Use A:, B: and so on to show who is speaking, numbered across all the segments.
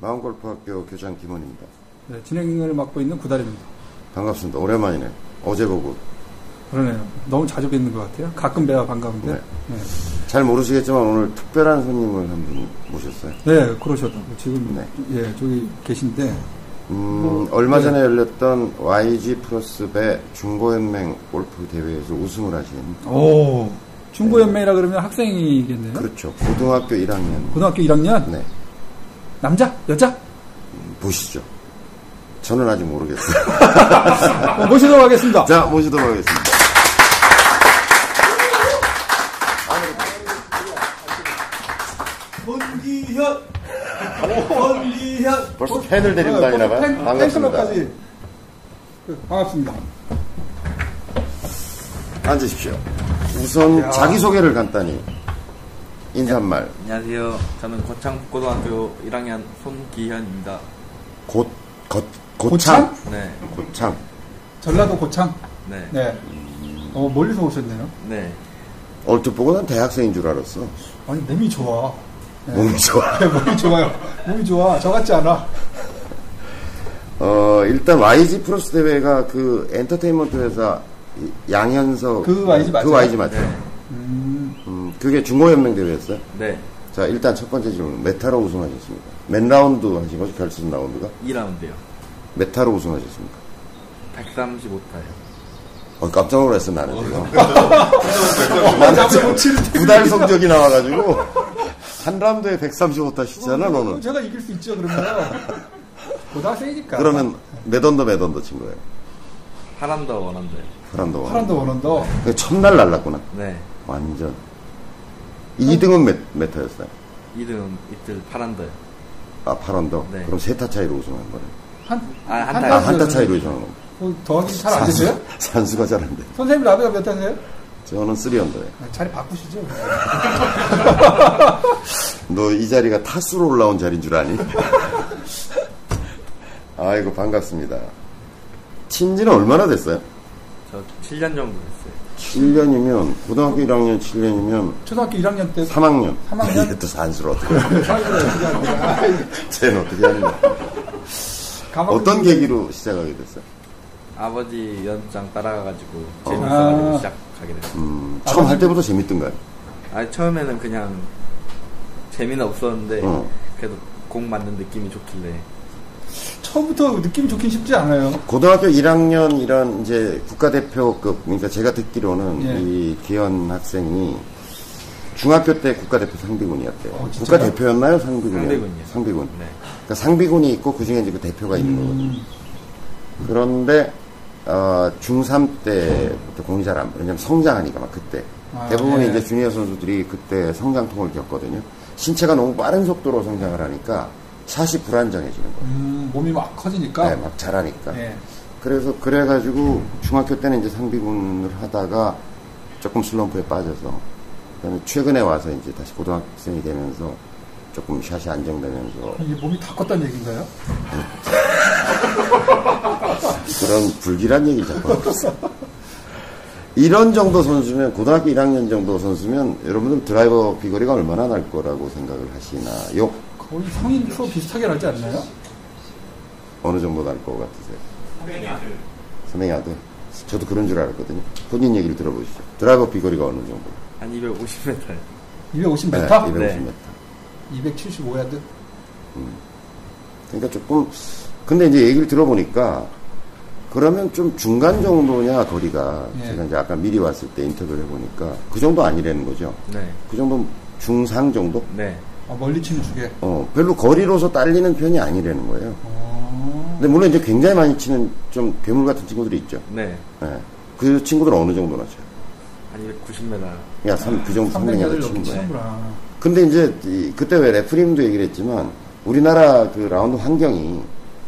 A: 골프학교 교장 김원입니다.
B: 네, 진행을 맡고 있는 구달입니다.
A: 반갑습니다. 오랜만이네. 어제 보고.
B: 그러네요. 너무 자주 뵙는 것 같아요. 가끔 뵈야 반가운데.
A: 네.
B: 네.
A: 잘 모르시겠지만 오늘 특별한 손님을 한 분 모셨어요.
B: 네, 그러셨다고. 지금,
A: 네.
B: 예, 저기 계신데,
A: 음, 얼마 전에 열렸던 YG 플러스 배 중고연맹 골프 대회에서 우승을 하신.
B: 오, 중고연맹이라 그러면 학생이겠네요.
A: 그렇죠. 고등학교 1학년.
B: 고등학교 1학년?
A: 네.
B: 남자? 여자?
A: 보시죠. 저는 아직 모르겠어요.
B: 어, 모시도록 하겠습니다.
A: 자, 모시도록 하겠습니다.
C: 권기현! 권기현!
A: 벌써 어, 팬을 데리고
B: 네,
A: 다니나 봐요?
B: 팬-
A: 반갑습니다.
B: 팬클럽까지. 그, 반갑습니다.
A: 앉으십시오. 우선 자기소개를 간단히. 인사말.
C: 안녕하세요. 저는 거창고등학교 1학년 손기현입니다.
A: 곧, 겉,
B: 고창?
A: 고창.
C: 네,
A: 고창.
B: 전라도 고창?
C: 네, 네.
B: 네. 어, 멀리서 오셨네요.
A: 얼핏 보고 난 대학생인 줄 알았어.
B: 아니, 몸이 좋아.
A: 몸이 좋아.
B: 네, 몸이 좋아요. 몸이 좋아. 저 같지 않아.
A: 어, 일단 YG 프로스 대회가 그 엔터테인먼트 회사 이- 양현석.
B: 그 YG 맞아요?
A: 그 YG 맞죠.
C: 네.
A: 음, 그게 중고연맹 대회였어요.
C: 네.
A: 자, 일단 첫 번째 질문. 메타로 우승하셨습니까? 맨 라운드 하신 거죠? 결승 라운드가?
C: 2라운드요.
A: 메타로 우승하셨습니까?
C: 135타요.
A: 어, 깜짝 놀랐어, 나는. 지금. 나는 지금 두달 성적이 나와가지고. 한 라운드에 135타 시잖아, 너는.
B: 제가 이길 수 있죠, 그러면. 고등학생이니까.
A: 그러면 몇 언더 몇 언더 친 거예요?
C: 하람더 원한대요.
A: 파란도
B: 파란도 원원도
A: 첫날 날랐구나.
C: 네.
A: 완전. 2등은 몇, 몇 타였어요?
C: 이름, 이틀, 파란더요.
A: 아, 8언더.
C: 네.
A: 그럼 세 타 차이로 우승한 거네.
B: 한,
C: 아, 한
A: 아,
C: 네.
A: 한 타 차이로 우승한 거.
B: 더하기 잘 안 되세요?
A: 산수가 잘 안 돼.
B: 선생님 라베가 몇 타세요?
A: 저는 3언더예요.
B: 아, 자리 바꾸시죠.
A: 너 이 자리가 타수로 올라온 자리인 줄 아니? 아이고, 반갑습니다. 친지는 얼마나 됐어요?
C: 저 7년 정도 됐어요.
A: 7년이면, 고등학교 1학년 7년이면,
B: 초등학교 1학년 때
A: 3학년.
B: 삼학년?
A: 이게 또 산수로 어떻게, 해.
B: 사회를 어떻게 하는 거야?
A: 쟤는 어떻게 하는 거야?
B: 가만히
A: 어떤
B: 있는
A: 계기로 시작하게 됐어요?
C: 아버지 연장 따라가가지고 재밌어가지고
B: 아.
C: 시작하게 됐어요.
A: 음, 처음 할 때부터 재밌던가요?
C: 아, 처음에는 그냥 재미는 없었는데,
A: 어.
C: 그래도 공 맞는 느낌이 좋길래.
B: 처음부터 느낌이 좋긴 쉽지 않아요.
A: 고등학교 1학년 이런 이제 국가대표급 그러니까 제가 듣기로는
B: 예.
A: 이 기현 학생이 중학교 때 국가대표 상비군이었대요.
B: 어, 진짜요?
A: 국가대표였나요? 상비군이요.
C: 상비군이요.
A: 상비군.
C: 네.
A: 그러니까 상비군이 있고 그 중에 이제 그 대표가 있는
B: 음.
A: 거거든요. 그런데 어, 중3 때부터 공이 잘 안, 왜냐면 성장하니까 막 그때.
B: 아,
A: 대부분의
B: 네.
A: 이제 주니어 선수들이 그때 성장통을 겪거든요. 신체가 너무 빠른 속도로 성장을 하니까 샷이 불안정해지는 거예요.
B: 음, 몸이 막 커지니까.
A: 네, 막 잘하니까.
B: 예.
A: 그래서 그래가지고 중학교 때는 이제 상비군을 하다가 조금 슬럼프에 빠져서 그다음에 최근에 와서 이제 다시 고등학생이 되면서 조금 샷이 안정되면서
B: 이게 몸이 다 컸다는 얘기인가요?
A: 그런 불길한 얘기를 자꾸 하고 있어요. 이런 정도 선수면 고등학교 1학년 정도 선수면 여러분들 드라이버 비거리가 얼마나 날 거라고 생각을 하시나요?
B: 거의 성인 프로 비슷하게 나지 않나요?
A: 어느 정도 날 거 같으세요? 선생님 아들 저도 그런 줄 알았거든요. 본인 얘기를 들어보시죠. 드라이버 비거리가 어느 정도?
C: 한 250m요.
B: 250m?
A: 네, 250m.
B: 275야드?
A: 그러니까 조금 근데 이제 얘기를 들어보니까 그러면 좀 중간 정도냐 거리가
B: 예.
A: 제가 이제 아까 미리 왔을 때 인터뷰를 해보니까 그 정도 아니라는 거죠.
C: 네.
A: 그 정도 중상 정도?
C: 네.
B: 아, 멀리 치는 축에.
A: 어 별로 거리로서 딸리는 편이 아니라는 거예요.
B: 어,
A: 근데 물론 이제 굉장히 많이 치는 좀 괴물 같은 친구들이 있죠.
C: 네.
A: 예. 그 친구들은 어느 정도나 쳐요?
C: 한 290m.
A: 야, 삼, 그 정도
B: 300야드를
A: 치는
B: 넘게
A: 거예요.
B: 치는구나.
A: 근데 이제 이- 그때 왜 레프림도 얘기를 했지만 우리나라 그 라운드 환경이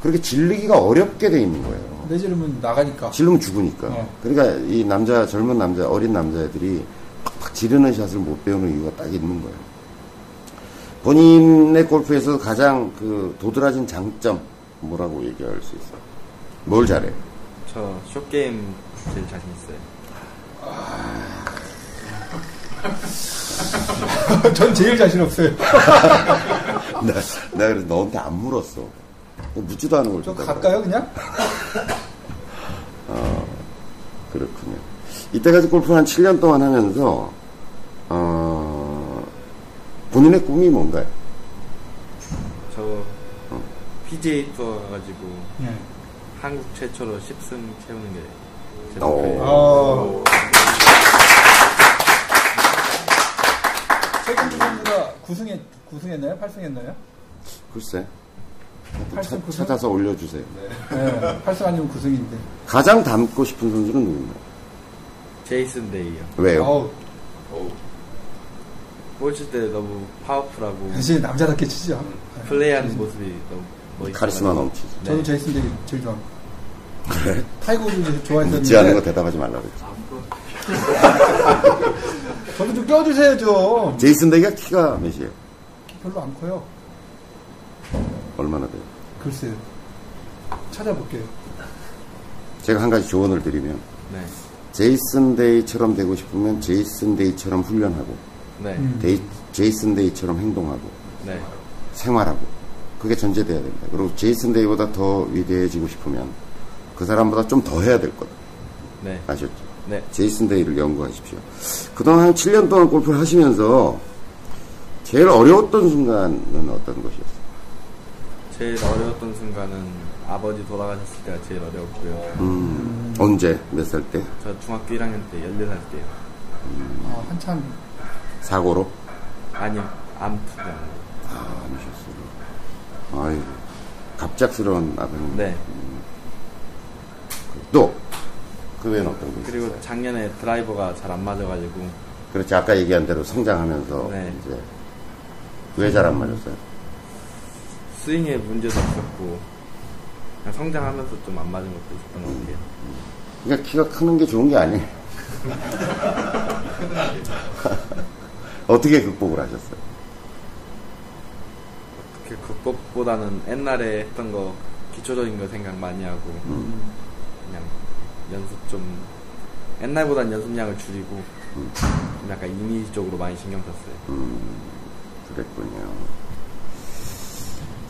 A: 그렇게 질리기가 어렵게 돼 있는 거예요.
B: 내지르면 나가니까.
A: 질르면 죽으니까.
B: 어.
A: 그러니까 이 남자 젊은 남자 어린 남자애들이 팍팍 지르는 샷을 못 배우는 이유가 딱 있는 거예요. 본인의 골프에서 가장 그 도드라진 장점 뭐라고 얘기할 수 있어? 요뭘 잘해?
C: 저 쇼게임 제일 자신 있어요.
B: 전 제일 자신 없어요.
A: 나, 나 그래서 너한테 안 물었어. 뭐 묻지도 않은 걸
B: 좀
A: 준다고
B: 갈까요, 그냥?
A: 그렇군요. 이때까지 골프를 한 7년 동안 하면서, 어, 본인의 꿈이 뭔가요?
C: 저
A: 어.
C: PJ 투어 가가지고
B: 예.
A: 네.
C: 한국 최초로 10승 채우는 게제
A: 오.
C: 목표예요.
B: 어. 최근 선수가 9승했, 9승했나요? 8승했나요?
A: 글쎄.
B: 팔승, 구승?
A: 찾아서 올려주세요.
B: 네. 8승 아니면 9승인데.
A: 가장 닮고 싶은 선수는 누군가요?
C: 제이슨 데이요.
A: 왜요?
B: 어우,
C: 꽂을 때 너무 파워풀하고
B: 역시 남자답게 치죠. 네.
C: 플레이하는 모습이 너무 멋있어요.
A: 카리스마 넘치죠.
C: 네.
B: 저도 제이슨 되게 제일 좋아합니다. 타이거를 좋아했었는데.
A: 묻지 네. 않은 거 대답하지 말라고 했죠.
B: 저도 좀 껴주세요, 좀.
A: 제이슨 데이가 키가 몇이에요?
B: 별로 안 커요.
A: 얼마나 돼요?
B: 글쎄요. 찾아볼게요.
A: 제가 한 가지 조언을 드리면,
C: 네.
A: 제이슨 데이처럼 되고 싶으면 제이슨 데이처럼 훈련하고,
C: 네.
B: 음.
A: 데이, 제이슨 데이처럼 행동하고,
C: 네.
A: 생활하고 그게 전제돼야 됩니다. 그리고 제이슨 데이보다 더 위대해지고 싶으면 그 사람보다 좀 더 해야 될 거다.
C: 네.
A: 아셨죠?
C: 네.
A: 제이슨 데이를 연구하십시오. 그동안 한 7년 동안 골프를 하시면서 제일 어려웠던 순간은 어떤 것이었어요?
C: 제일 어려웠던 순간은 아버지 돌아가셨을 때가 제일 어려웠고요.
A: 음, 언제? 몇 살 때?
C: 저 중학교 1학년 때 14살 때요.
B: 아, 한참.
A: 사고로?
C: 아니요. 암투병.
A: 아, 아니셨어요. 아유, 갑작스러운 아버님.
C: 네.
A: 또! 그 외에는 어떤 거 있어요?
C: 그리고 작년에 드라이버가 잘 안 맞아가지고
A: 그렇지, 아까 얘기한 대로 성장하면서
C: 네.
A: 이제 왜 잘 안 맞았어요?
C: 스윙에 문제도 없었고 그냥 성장하면서 좀 안 맞은 것도 있었던 것 같아요.
A: 그러니까 키가 크는 게 좋은 게 아니에요. 어떻게 극복을 하셨어요?
C: 그 극복보다는 옛날에 했던 거 기초적인 거 생각 많이 하고 그냥 연습 좀 옛날보단 연습량을 줄이고 좀 약간 이미지 쪽으로 많이 신경 썼어요.
A: 그랬군요.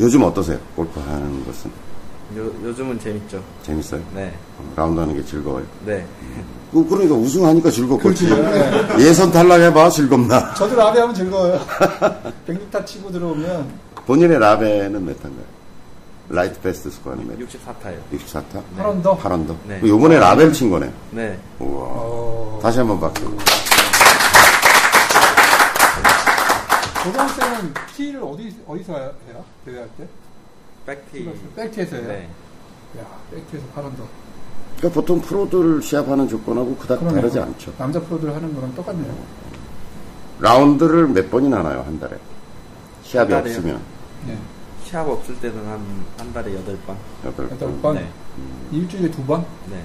A: 요즘 어떠세요? 골프 하는 것은
C: 요, 요즘은 재밌죠.
A: 재밌어요?
C: 네,
A: 라운드 하는 게 즐거워요.
C: 네,
A: 그- 그러니까 우승하니까
C: 그렇죠.
A: 즐겁겠지.
B: 그렇지. 네.
A: 예선 탈락해봐 즐겁나.
B: 저도 라베 하면 즐거워요. 106타 치고 들어오면
A: 본인의 라베는 몇 탄가요? 라이트 베스트 스코어는 몇?
C: 64타요.
A: 64타?
B: 팔언더
A: 8언더?
C: 네.
A: 요번에 라벨 친 거네.
C: 네,
A: 우와.
B: 어,
A: 다시 한번 박수.
B: 고등학생은 키를 어디, 어디서 해요? 대회할 때?
C: 백티.
B: 백티에서 해요?
C: 네,
B: 야, 백티에서 팔언더
A: 그러니까 보통 프로들 시합하는 조건하고 그닥
B: 그러네요.
A: 다르지 않죠.
B: 남자 프로들 하는 거랑 똑같네요.
A: 라운드를 몇 번이나 하나요 한 달에? 시합이
C: 한 달에요?
A: 없으면
B: 네.
C: 시합 없을 때는 한, 한 달에 8번.
A: 여덟
B: 여덟
A: 번.
B: 번.
C: 네,
B: 일주일에 두 번?
C: 네.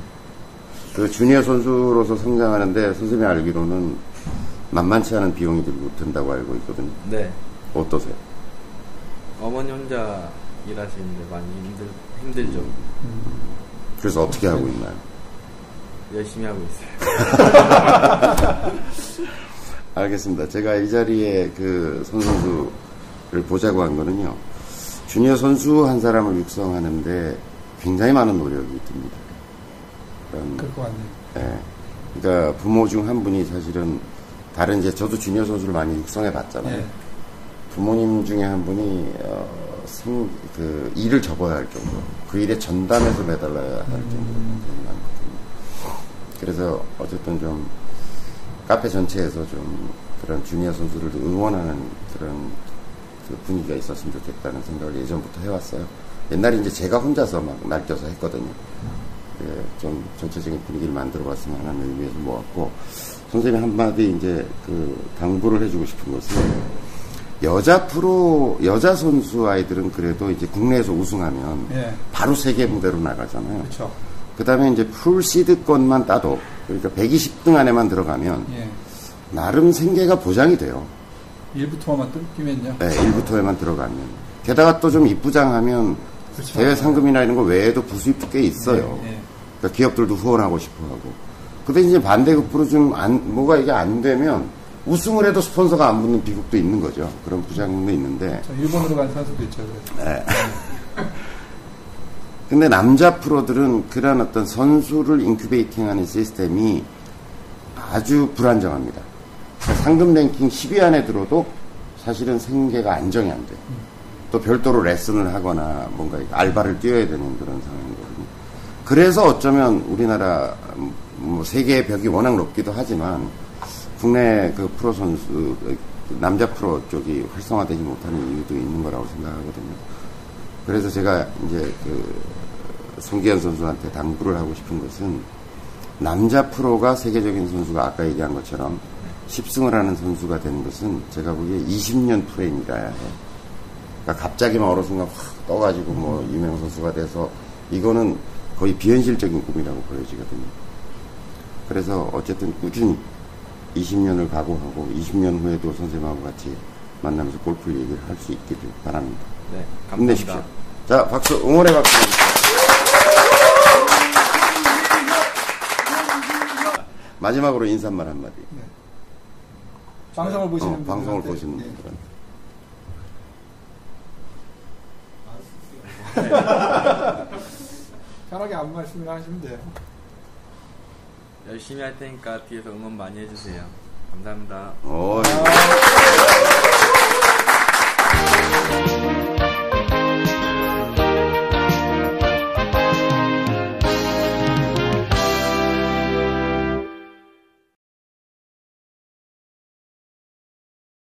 A: 그 주니어 선수로서 성장하는데 선생님이 알기로는 만만치 않은 비용이 들고 든다고 알고 있거든요.
C: 네.
A: 어떠세요?
C: 어머니 혼자 일하시는데 많이 힘들, 힘들죠.
A: 그래서 어떻게 하고 있나요?
C: 열심히 하고 있어요.
A: 알겠습니다. 제가 이 자리에 그 선수를 보자고 한 거는요. 주니어 선수 한 사람을 육성하는데 굉장히 많은 노력이 듭니다. 그런
B: 그럴 것 같네요.
A: 예. 그러니까 부모 중 한 분이 사실은 다른 이제 저도 주니어 선수를 많이 육성해 봤잖아요.
B: 네.
A: 부모님 중에 한 분이 어, 생, 그 일을 접어야 할 정도, 그 일에 전담해서 매달려야 할 정도로 굉장히 많거든요. 그래서 어쨌든 좀 카페 전체에서 좀 그런 주니어 선수를 응원하는 그런 그 분위기가 있었으면 좋겠다는 생각을 예전부터 해왔어요. 옛날에 이제 제가 혼자서 막 날뛰어서 했거든요. 예, 좀 전체적인 분위기를 만들어 봤으면 하는 의미에서 모았고, 선생님이 한마디 이제 그 당부를 해주고 싶은 것은 여자 프로 여자 선수 아이들은 그래도 이제 국내에서 우승하면
B: 예.
A: 바로 세계 무대로 나가잖아요.
B: 그렇죠.
A: 그다음에 이제 풀 시드권만 따도 그러니까 120등 안에만 들어가면
B: 예.
A: 나름 생계가 보장이 돼요.
B: 1부터만 뚫기면요.
A: 네, 1부터에만 들어가면. 게다가 또 좀 입부장하면
B: 그렇죠.
A: 대회 상금이나 이런 거 외에도 부수입도 꽤 있어요.
B: 예.
A: 그러니까 기업들도 후원하고 싶어 하고. 근데 이제 반대급부로 좀 안, 뭐가 이게 안 되면 우승을 해도 스폰서가 안 붙는 비국도 있는 거죠. 그런 부장도 있는데
B: 저 일본으로 간 선수도 있죠. 그래서.
A: 근데 남자 프로들은 그런 어떤 선수를 인큐베이팅하는 시스템이 아주 불안정합니다. 그러니까 상금 랭킹 10위 안에 들어도 사실은 생계가 안정이 안 돼요. 또 별도로 레슨을 하거나 뭔가 알바를 뛰어야 되는 그런 상황이거든요. 그래서 어쩌면 우리나라 음, 뭐 세계의 벽이 워낙 높기도 하지만 국내 그 프로 선수 어, 남자 프로 쪽이 활성화되지 못하는 이유도 있는 거라고 생각하거든요. 그래서 제가 이제 그 송기현 선수한테 당부를 하고 싶은 것은 남자 프로가 세계적인 선수가 아까 얘기한 것처럼 10승을 하는 선수가 되는 것은 제가 보기에 20년 프레임이라야 해. 그러니까 갑자기 막 어느 순간 확 떠가지고 뭐 유명 선수가 돼서 이거는 거의 비현실적인 꿈이라고 보여지거든요. 그래서 어쨌든 꾸준히 20년을 각오하고 20년 후에도 선생님하고 같이 만나면서 골프 얘기를 할 수 있기를 바랍니다.
C: 네,
A: 힘내십시오.
C: 감사합니다.
A: 자, 박수, 응원의 박수. 마지막으로 인사말 한마디.
B: 방송을 보시는
A: 어, 방송을
B: 분들한테,
A: 보시는
B: 네.
A: 분들한테.
B: 편하게 아무 말씀이나 하시면 돼요.
C: 열심히 할 테니까 뒤에서 응원 많이 해주세요. 감사합니다.
A: 어,